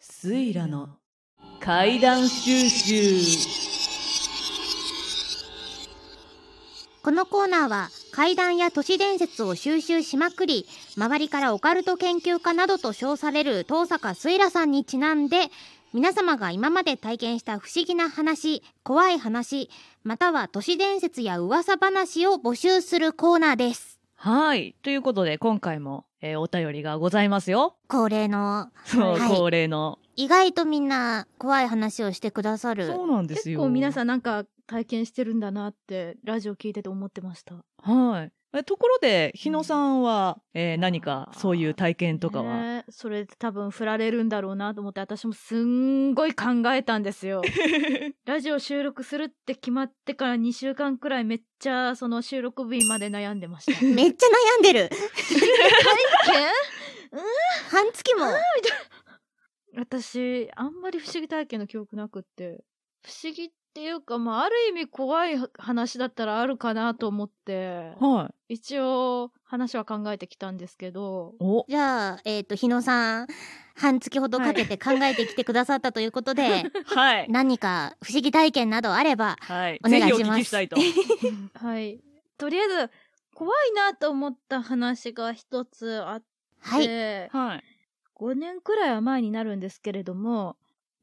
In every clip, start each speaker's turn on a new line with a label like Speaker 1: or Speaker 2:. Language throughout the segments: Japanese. Speaker 1: スイラの怪談収集
Speaker 2: このコーナーは怪談や都市伝説を収集しまくり周りからオカルト研究家などと称される遠坂すいらさんにちなんで皆様が今まで体験した不思議な話怖い話または都市伝説や噂話を募集するコーナーです
Speaker 1: はいということで今回も、えーお便りがございますよ
Speaker 2: 恒例の
Speaker 1: そう、
Speaker 2: はい
Speaker 1: 恒例の
Speaker 2: 意外とみんな怖い話をしてくださる
Speaker 1: そうなんです
Speaker 3: 結
Speaker 1: よ
Speaker 3: 構皆
Speaker 1: ん
Speaker 3: さんなんか体験してるんだなってラジオ聞いてて思ってました。
Speaker 1: はいえところで日野さんは、えー何かそういう体験とかは、
Speaker 3: ねえそれで多分振られるんだろうなと思って私もすんごい考えたんで すよ。ラジオ収録するって決まってから2週間くらいめっちゃその収録日まで悩んでました。 体
Speaker 2: めっちゃ悩んで る
Speaker 3: 験
Speaker 2: 半月も
Speaker 3: 私あんまり不思議体験の記憶なくって不思議っていうかまあある意味怖い話だったらあるかなと思って
Speaker 1: はい
Speaker 3: 一応話は考えてきたんですけど
Speaker 1: お
Speaker 2: じゃあえっ、と日野さん半月ほどかけて考えてきてくださったということで、
Speaker 1: はい
Speaker 2: 何か不思議体験などあれば
Speaker 1: はい
Speaker 2: お願い
Speaker 1: ぜひお
Speaker 2: しま
Speaker 1: 聞
Speaker 2: す
Speaker 1: きした いと
Speaker 3: はいとりあえず怖いなと思った話が一つあっ
Speaker 2: はい
Speaker 3: て、
Speaker 1: はい
Speaker 3: 5年くらいは前になるんですけれども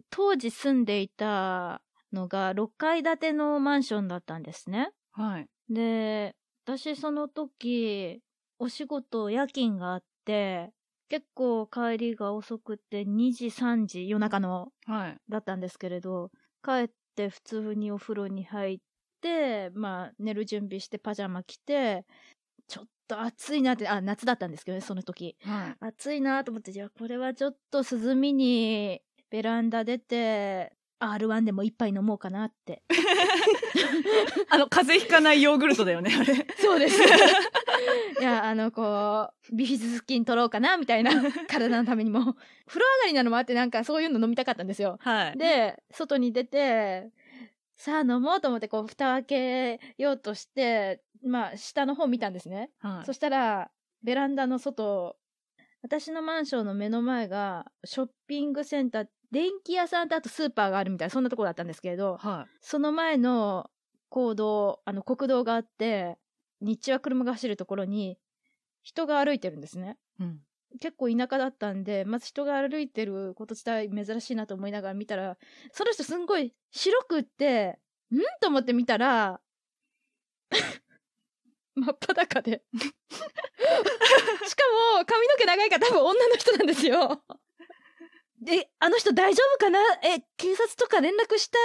Speaker 3: 当時住んでいたのが6階建てのマンションだったんですね。
Speaker 1: はい
Speaker 3: で、私その時、お仕事、夜勤があって、結構帰りが遅くて2時、3時、夜中の
Speaker 1: はい
Speaker 3: だったんですけれど、帰って普通にお風呂に入って、まあ寝る準備してパジャマ着て、ちょっと暑いなって、あ、夏だったんですけどね、その時。
Speaker 1: はい
Speaker 3: 暑いなと思って、じゃあこれはちょっと涼みにベランダ出て、R1 でも一杯飲もうかなって
Speaker 1: あの風邪ひかないヨーグルトだよねあれ
Speaker 3: そうです。 いや、あの、こう、ビフィズス菌取ろうかな、み たいな、体のためにも。風呂上がりなのもあって、なんかそういうの飲みたかったんですよ。
Speaker 1: はい
Speaker 3: で、外に出て、さあ飲もうと思って、こう、蓋を開けようとして、まあ、下の方見たんですね。
Speaker 1: はい
Speaker 3: そしたら、ベランダの外、私のマンションの目の前が、ショッピングセンター、電気屋さんとあとスーパーがあるみたいな、そんなところだったんですけれど、
Speaker 1: は
Speaker 3: その前の公道、あの国道があって、日中は車が走るところに人が歩いてるんですね。
Speaker 1: い、うん、
Speaker 3: 結構田舎だったんで、まず人が歩いてること自体珍しいなと思いながら見たら、その人すんごい白くって、んと思って見たら、 真っ裸で。しかも、髪の毛長いから多分女の人なんですよ。で、あの人大丈夫かなえ、警察とか連絡した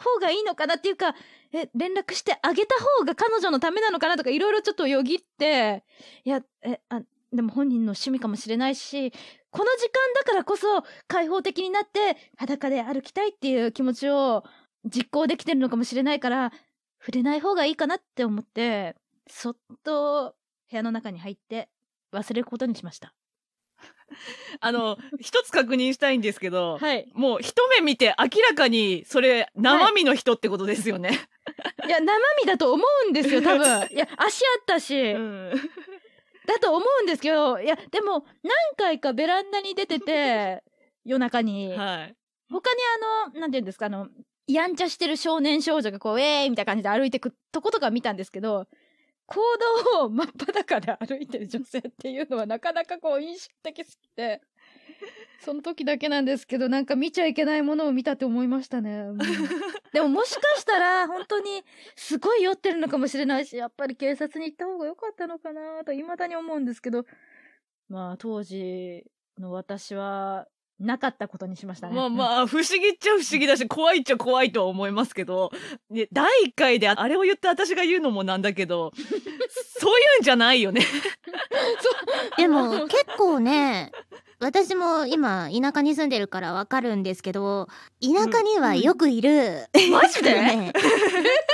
Speaker 3: 方がいいのかなっていうか、え、連絡してあげた方が彼女のためなのかなとかいろいろちょっとよぎって、いや、え、あ、でも本人の趣味かもしれないし、この時間だからこそ開放的になって裸で歩きたいっていう気持ちを実行できてるのかもしれないから、触れない方がいいかなって思って、そっと部屋の中に入って忘れることにしました。
Speaker 1: あの一つ確認したいんですけど、
Speaker 3: はい。
Speaker 1: もう一目見て明らかにそれ生身の人ってことですよね。
Speaker 3: いや、生身だと思うんですよ、多分。いや、足あったし、
Speaker 1: うん
Speaker 3: だと思うんですけど、いや、でも何回かベランダに出てて、夜中に。
Speaker 1: はい。
Speaker 3: 他にあの、なんていうんですか、あの、やんちゃしてる少年少女がこう、えーいみたいな感じで歩いてくとことか見たんですけど、行動を真っ裸で歩いてる女性っていうのはなかなかこう印象的すぎて、その時だけなんですけど、なんか見ちゃいけないものを見たって思いましたね。うんでももしかしたら本当にすごい酔ってるのかもしれないし、やっぱり警察に行った方が良かったのかなと未だに思うんですけど、まあ当時の私はなかったことにしました ね。
Speaker 1: まあまあ、不思議っちゃ不思議だし、怖いっちゃ怖いとは思いますけど、ね、第1回であれを言って私が言うのもなんだけど、そういうんじゃないよね。
Speaker 2: でも結構ね私も今田舎に住んでるからわかるんですけど田舎にはよくいる、
Speaker 1: マジで
Speaker 2: ね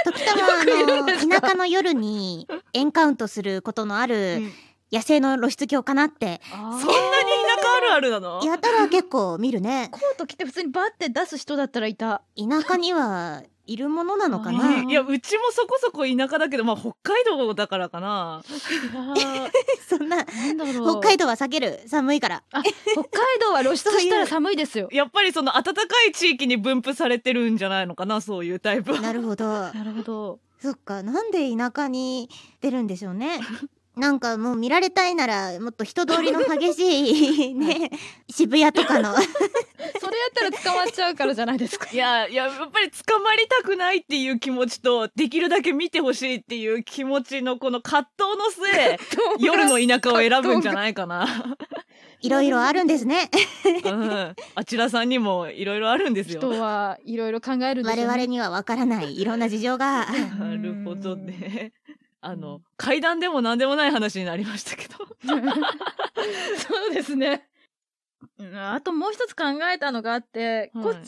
Speaker 2: 時たまあ
Speaker 3: よくいるんです
Speaker 2: の
Speaker 3: か
Speaker 2: 田舎の夜にエンカウントすることのある野生の露出狂かなって
Speaker 3: あ
Speaker 1: そん
Speaker 3: ー
Speaker 1: なに田舎あるあるなの
Speaker 2: やたら結構見るね
Speaker 3: コート着て普通にバッて出す人だったらいた。
Speaker 2: 田舎にはいるものなのか な
Speaker 3: あ
Speaker 1: いや、うちもそこそこ田舎だけど、まあ北海道だからかな。
Speaker 2: そんな
Speaker 3: なんだろ
Speaker 2: 北
Speaker 3: う。
Speaker 2: 海道は避ける寒い から
Speaker 3: 北海道は露出したら寒いですよ。
Speaker 1: やっぱりその暖かい地域に分布されてるんじゃないのかな、そういうタイプは。
Speaker 2: なるほど
Speaker 3: なるほど。
Speaker 2: そっかなんで田舎に出るんでしょう ねなんかもう見られたいならもっと人通りの激 しいね渋谷とかの
Speaker 3: それやったら捕まっちゃうからじゃないですか。
Speaker 1: いや、いや、やっぱり捕まりたくないっていう気持ちと、できるだけ見てほしいっていう気持ちのこの葛藤の 末、夜の田舎を選ぶんじゃないかな。
Speaker 2: いろいろあるんですね
Speaker 1: うん。あちらさんにもいろいろあるんです
Speaker 3: 人
Speaker 1: よ。
Speaker 3: はいろいろ考えるんでし
Speaker 2: 我
Speaker 3: ょう
Speaker 2: 々
Speaker 3: ね。
Speaker 2: にはわからないいろんな事情 が
Speaker 1: なるほどね。あの、階段でも何でもない話になりましたけど。
Speaker 3: そうですね。うんあともう一つ考えたのがあって、
Speaker 1: はい
Speaker 3: こっちの方が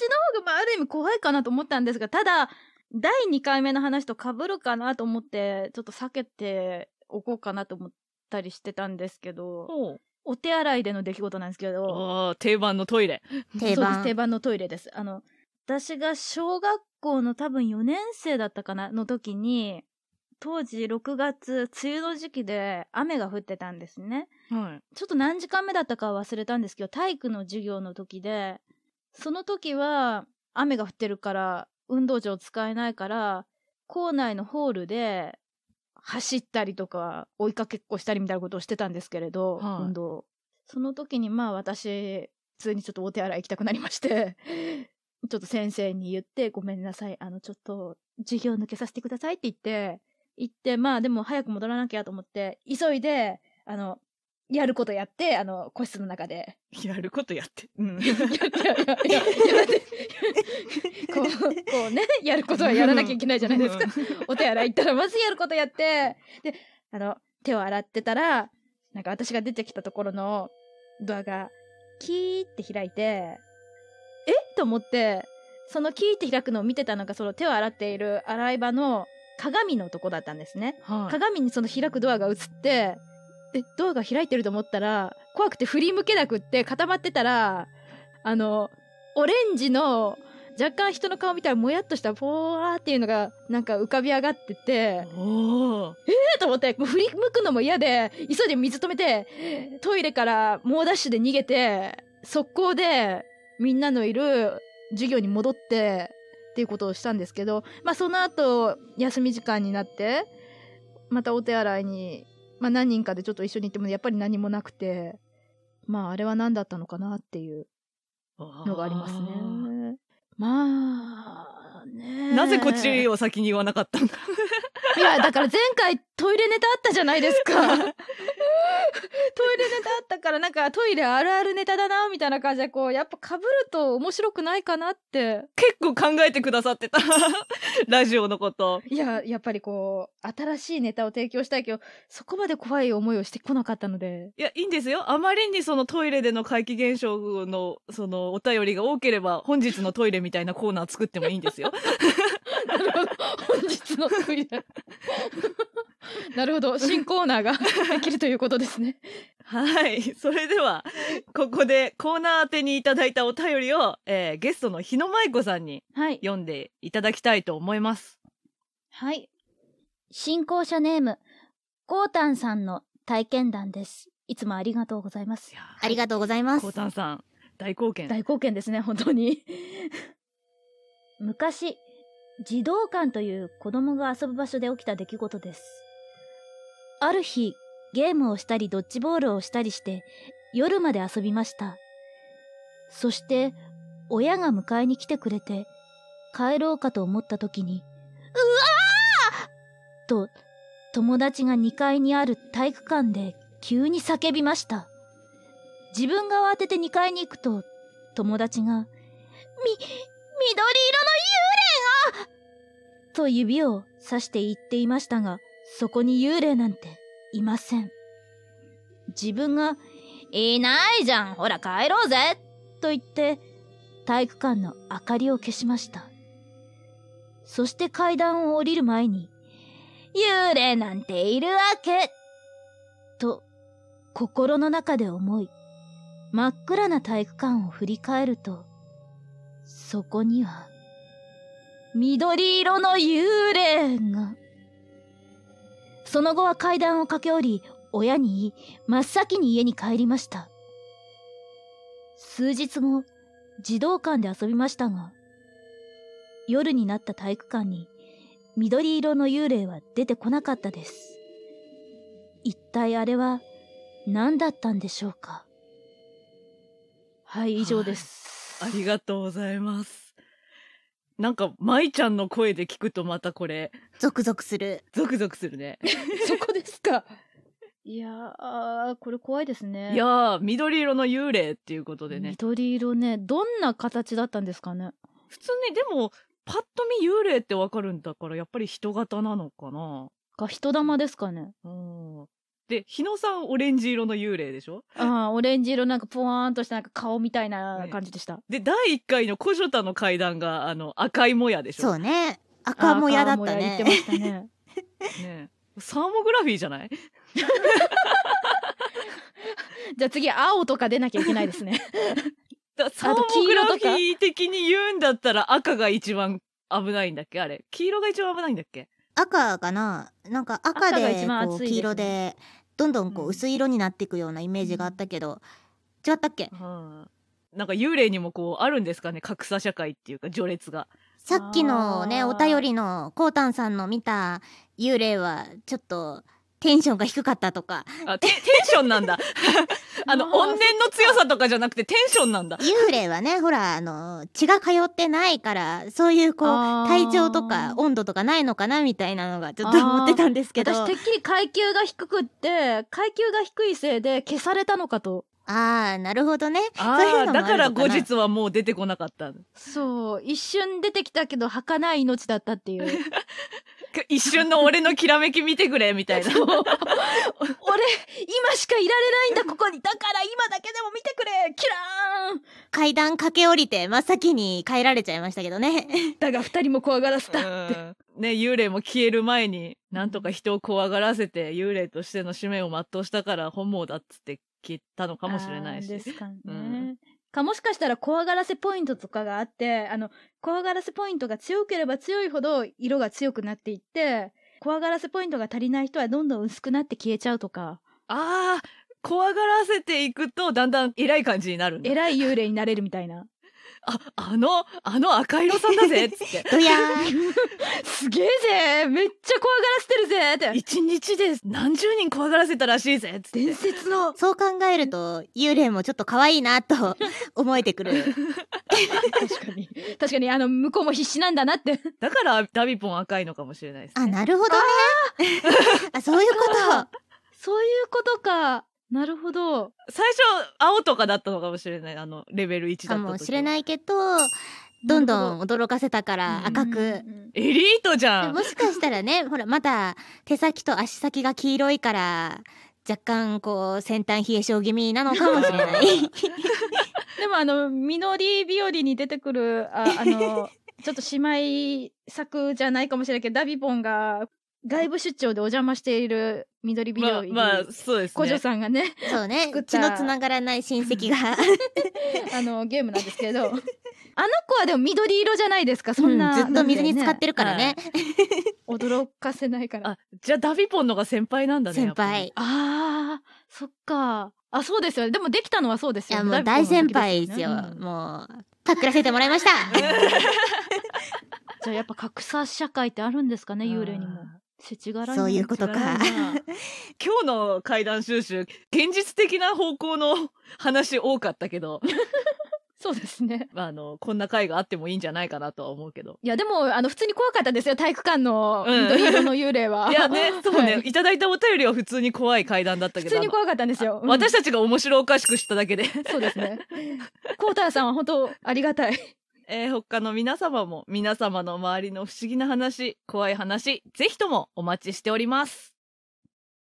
Speaker 3: まあある意味怖いかなと思ったんですが、ただ、第2回目の話と被るかなと思って、ちょっと避けておこうかなと思ったりしてたんですけど、お手洗いでの出来事なんですけど、
Speaker 1: あー定番のトイレ。
Speaker 2: 定
Speaker 3: そうです
Speaker 2: 番
Speaker 3: 定番のトイレです。あの、私が小学校の多分4年生だったかな、の時に、当時6月、梅雨の時期で雨が降ってたんですね。
Speaker 1: はい。
Speaker 3: ちょっと何時間目だったかは忘れたんですけど、体育の授業の時で、その時は雨が降ってるから、運動場使えないから、校内のホールで走ったりとか、追いかけっこしたりみたいなことをしてたんですけれど、
Speaker 1: はい
Speaker 3: 運動を。その時にまあ私、普通にちょっとお手洗い行きたくなりまして、 ちょっと先生に言って、ごめんなさい、あの、ちょっと授業抜けさせてくださいって言って、行って、まあでも早く戻らなきゃと思って、急いで、あの、やることやって、あの、個室の中で。
Speaker 1: やることやって。うん。
Speaker 3: い やいやいやいやいやだって こう、こうね、やることはやらなきゃいけないじゃないですか。お手洗い行ったら、まずやることやって、で、あの、手を洗ってたら、なんか私が出てきたところのドアが、キーって開いて、えと思って、そのキーって開くのを見てたのが、その手を洗っている洗い場の鏡のとこだったんですね。
Speaker 1: はい。
Speaker 3: 鏡にその開くドアが映って、で、ドアが開いてると思ったら、怖くて振り向けなくって固まってたら、あの、オレンジの若干人の顔みたいなもやっとしたぽわーっていうのがなんか浮かび上がってて、
Speaker 1: おー
Speaker 3: えーと思って、もう振り向くのも嫌で、急いで水止めて、トイレから猛ダッシュで逃げて、速攻でみんなのいる授業に戻って、っていうことをしたんですけど、まあその後、休み時間になって、またお手洗いに、まあ何人かでちょっと一緒に行っても、やっぱり何もなくて、まああれは何だったのかなっていうのがあります
Speaker 1: あー
Speaker 3: ね。まあ、ね
Speaker 1: なぜこっちを先に言わなかったんだ
Speaker 3: いや、だから前回トイレネタあったじゃない ですか。トイレネタあったから、なんかトイレあるあるネタだな、みたいな感じで、こう、やっぱ被ると面白くないかなって。
Speaker 1: 結構考えてくださってた。 ラジオのこと。
Speaker 3: いや、やっぱりこう、新しいネタを提供したいけど、そこまで怖い思いをしてこなかったので。
Speaker 1: いや、いいんですよ。あまりにそのトイレでの怪奇現象の、その、お便りが多ければ、本日のトイレみたいなコーナー作ってもいいんですよ。
Speaker 3: なるほど。本日のトイレ。 なるほど。新コーナーが できるということですね。
Speaker 1: はい。それでは、ここでコーナー宛てにいただいたお便りを、えーゲストの日野舞子さんに
Speaker 3: はい。
Speaker 1: 読んでいただきたいと思います。
Speaker 3: はい。信仰者ネーム、コータンさんの体験談です。いつもありがとうございます
Speaker 1: い。や
Speaker 2: ありがとうございます
Speaker 1: コータンさん、大貢献。
Speaker 3: 大貢献ですね、本当に。昔、児童館という子供が遊ぶ場所で起きた出来事です。ある日、ゲームをしたりドッジボールをしたりして、夜まで遊びました。そして、親が迎えに来てくれて、帰ろうかと思った時に、うわーと、友達が2階にある体育館で急に叫びました。自分側を当てて2階に行くと、友達が、み、緑色の幽霊がと指を指して言っていましたが、そこに幽霊なんていません。自分が、いないじゃんほら帰ろうぜと言って、体育館の明かりを消しました。そして階段を降りる前に、幽霊なんているわけと、心の中で思い、真っ暗な体育館を振り返ると、そこには、緑色の幽霊が。その後は階段を駆け下り、親に言い、真っ先に家に帰りました。数日後、児童館で遊びましたが、夜になった体育館に、緑色の幽霊は出てこなかったです。一体あれは、何だったんでしょうかはい、以上です。
Speaker 1: ありがとうございます。なんか、舞ちゃんの声で聞くとまたこれ、
Speaker 2: ゾクゾクする。
Speaker 1: ゾクゾクするね。
Speaker 3: そこですか。 いやー、これ怖いですね。
Speaker 1: いやー、緑色の幽霊っていうことでね。
Speaker 3: 緑色ね、どんな形だったんですかね。
Speaker 1: 普通ね、でも、パッと見幽霊ってわかるんだから、やっぱり人型なのかな。
Speaker 3: か、人玉ですかね。
Speaker 1: うん。で、日野さんオレンジ色の幽霊でしょ
Speaker 3: ああ、オレンジ色なんかポワーンとしたなんか顔みたいな感じでした。
Speaker 1: で、第1回の古女田の階段が、あの、赤いもやでし
Speaker 2: そ
Speaker 1: ょ
Speaker 2: うね。赤も嫌だった
Speaker 3: ああ
Speaker 2: ね
Speaker 3: 顔も。や言ってまし たね。
Speaker 1: ねサーモグラフィーじゃない
Speaker 3: じゃあ次、青とか出なきゃいけないですね。
Speaker 1: だサーモグラフィー的に言うんだったら赤が一番危ないんだっけあれ。黄色が一番危ないんだっけ
Speaker 2: 赤かななんか赤
Speaker 3: 赤が
Speaker 2: で
Speaker 3: 一番
Speaker 2: こう
Speaker 3: 熱いですね
Speaker 2: 黄色でどんどんこ
Speaker 1: う
Speaker 2: うん薄い色になっていくようなイメージがあったけど、違ったっけ
Speaker 1: うん。なんか幽霊にもこう、あるんですかね格差社会っていうか、序列が。
Speaker 2: さっきのね
Speaker 3: あ
Speaker 2: お
Speaker 3: ー
Speaker 2: 便りのこうたんさんの見た幽霊はちょっとテンションが低かったと か
Speaker 1: あ、テテン ションなんだ。あの、
Speaker 3: まあ
Speaker 1: 怨念の強さとかじゃなくてテンションなんだ。
Speaker 2: 幽霊はねほらあの血が通ってないからそういうこう
Speaker 3: あー
Speaker 2: 体調とか温度とかないのかなみたいなのがちょっと
Speaker 3: あー
Speaker 2: 思ってたんですけど
Speaker 3: 私、てっきり階級が低くって、階級が低いせいで消されたのかと。
Speaker 2: ああなるほどね
Speaker 1: あ
Speaker 2: そういうの
Speaker 1: あ、
Speaker 2: も
Speaker 1: だから
Speaker 2: あるのか
Speaker 1: 後
Speaker 2: な
Speaker 1: 日はもう出てこなかった。
Speaker 3: そう、一瞬出てきたけど、儚い命だったって いう。
Speaker 1: 一瞬の俺のきらめき見てくれ、みたい な。
Speaker 3: 俺、今しかいられないんだ、ここに。だから今だけでも見てくれキラーン
Speaker 2: 階段駆け下りて真っ先に帰られちゃいましたけど ね
Speaker 3: だが二人も怖がらせた。
Speaker 1: うんね、幽霊も消える前に、なんとか人を怖がらせて、幽霊としての使命を全うしたから本望だっつって消えたのかもしれない
Speaker 3: あー
Speaker 1: し。
Speaker 3: ですかね。
Speaker 1: うん
Speaker 3: かもしかしたら怖がらせポイントとかがあって、あの、怖がらせポイントが強ければ強いほど色が強くなっていって、怖がらせポイントが足りない人はどんどん薄くなって消えちゃうとか、
Speaker 1: ああ、怖がらせていくと、だんだん偉い感じになるんだ。
Speaker 3: 偉い幽霊になれるみたいな。
Speaker 1: あ、あの、あの赤色さんだぜ、つ って。
Speaker 2: どやー
Speaker 3: すげえぜめっちゃ怖がらせてるぜって
Speaker 1: 一日で何十人怖がらせたらしいぜ、つって
Speaker 3: 伝。説の
Speaker 2: そう考えると幽霊もちょっと可愛いなと思えてくる
Speaker 3: 確かに。 確かに、あの、向こうも必死なんだなって。
Speaker 1: だから、ダビポン赤いのかもしれないです、ね。
Speaker 2: あなるほどね あそういうこと
Speaker 3: そういうことか。なるほど。
Speaker 1: 最初、青とかだったのかもしれない。あの、レベル1だった
Speaker 2: か
Speaker 1: 時は
Speaker 2: もしれないけどどんどん驚かせたか
Speaker 1: う
Speaker 2: ら
Speaker 1: ん
Speaker 2: 赤く、
Speaker 1: エリートじゃん
Speaker 2: もしかしたらね ほらまだ手先と足先が黄色いから若干こう先端冷え性気味なのかもしれない
Speaker 3: でもあの、みのり日和に出てくる、 ああの、ちょっと姉妹作じゃないかもしれないけど、ダビポンが外部出張でお邪魔しているみのり日
Speaker 1: ま
Speaker 3: 和
Speaker 1: あ、
Speaker 3: に、
Speaker 1: まあ、そうです
Speaker 3: 小女
Speaker 1: ね。
Speaker 3: さん がね、
Speaker 2: そうね
Speaker 3: 作っ
Speaker 2: 血
Speaker 3: た
Speaker 2: のつながらない親 戚が
Speaker 3: あの、ゲームなんですけど、あの子はでも緑色じゃないですか、そんな。
Speaker 2: うんずっと水に浸かってるからね
Speaker 3: なんだよね。驚かせないから。あ
Speaker 1: あ、じゃあダビポンのが先輩なんだね。
Speaker 2: 先
Speaker 1: やっ
Speaker 2: 輩
Speaker 3: あー、そっか。あ、そうですよね。でもできたのはそうです
Speaker 2: い
Speaker 3: よ
Speaker 2: や
Speaker 3: ね。
Speaker 2: もう大先輩ですよ、
Speaker 3: ダビポ
Speaker 1: う
Speaker 3: ンの時ね
Speaker 1: ん
Speaker 2: もうパクらせてもらい ました
Speaker 3: じゃあやっぱ格差社会ってあるんですか
Speaker 1: ぱ
Speaker 3: ね、
Speaker 1: り
Speaker 3: 幽霊にも。世知辛いな
Speaker 2: そういうことか
Speaker 3: 世知辛いな
Speaker 1: 今日の怪談収集、現実的な方向の話多かったけど、
Speaker 3: そうですね。
Speaker 1: まあ、あの、こんな回があってもいいんじゃないかなとは思うけど。
Speaker 3: いや、でも、あの、普通に怖かったですよ、体育館の
Speaker 1: うん
Speaker 3: 緑色の幽霊は。
Speaker 1: いやね、そうね、
Speaker 3: はい
Speaker 1: い、ただいたお便りは普通に怖い怪談だった
Speaker 3: 普
Speaker 1: けど、
Speaker 3: 通に怖かったんですよ
Speaker 1: あ。
Speaker 3: うん
Speaker 1: の私たちが面白おかしくしただけで、
Speaker 3: そうですね。コーターさんは本当、ありがたい。
Speaker 1: えー他の皆様も皆様の周りの不思議な話、怖い話、ぜひともお待ちしております。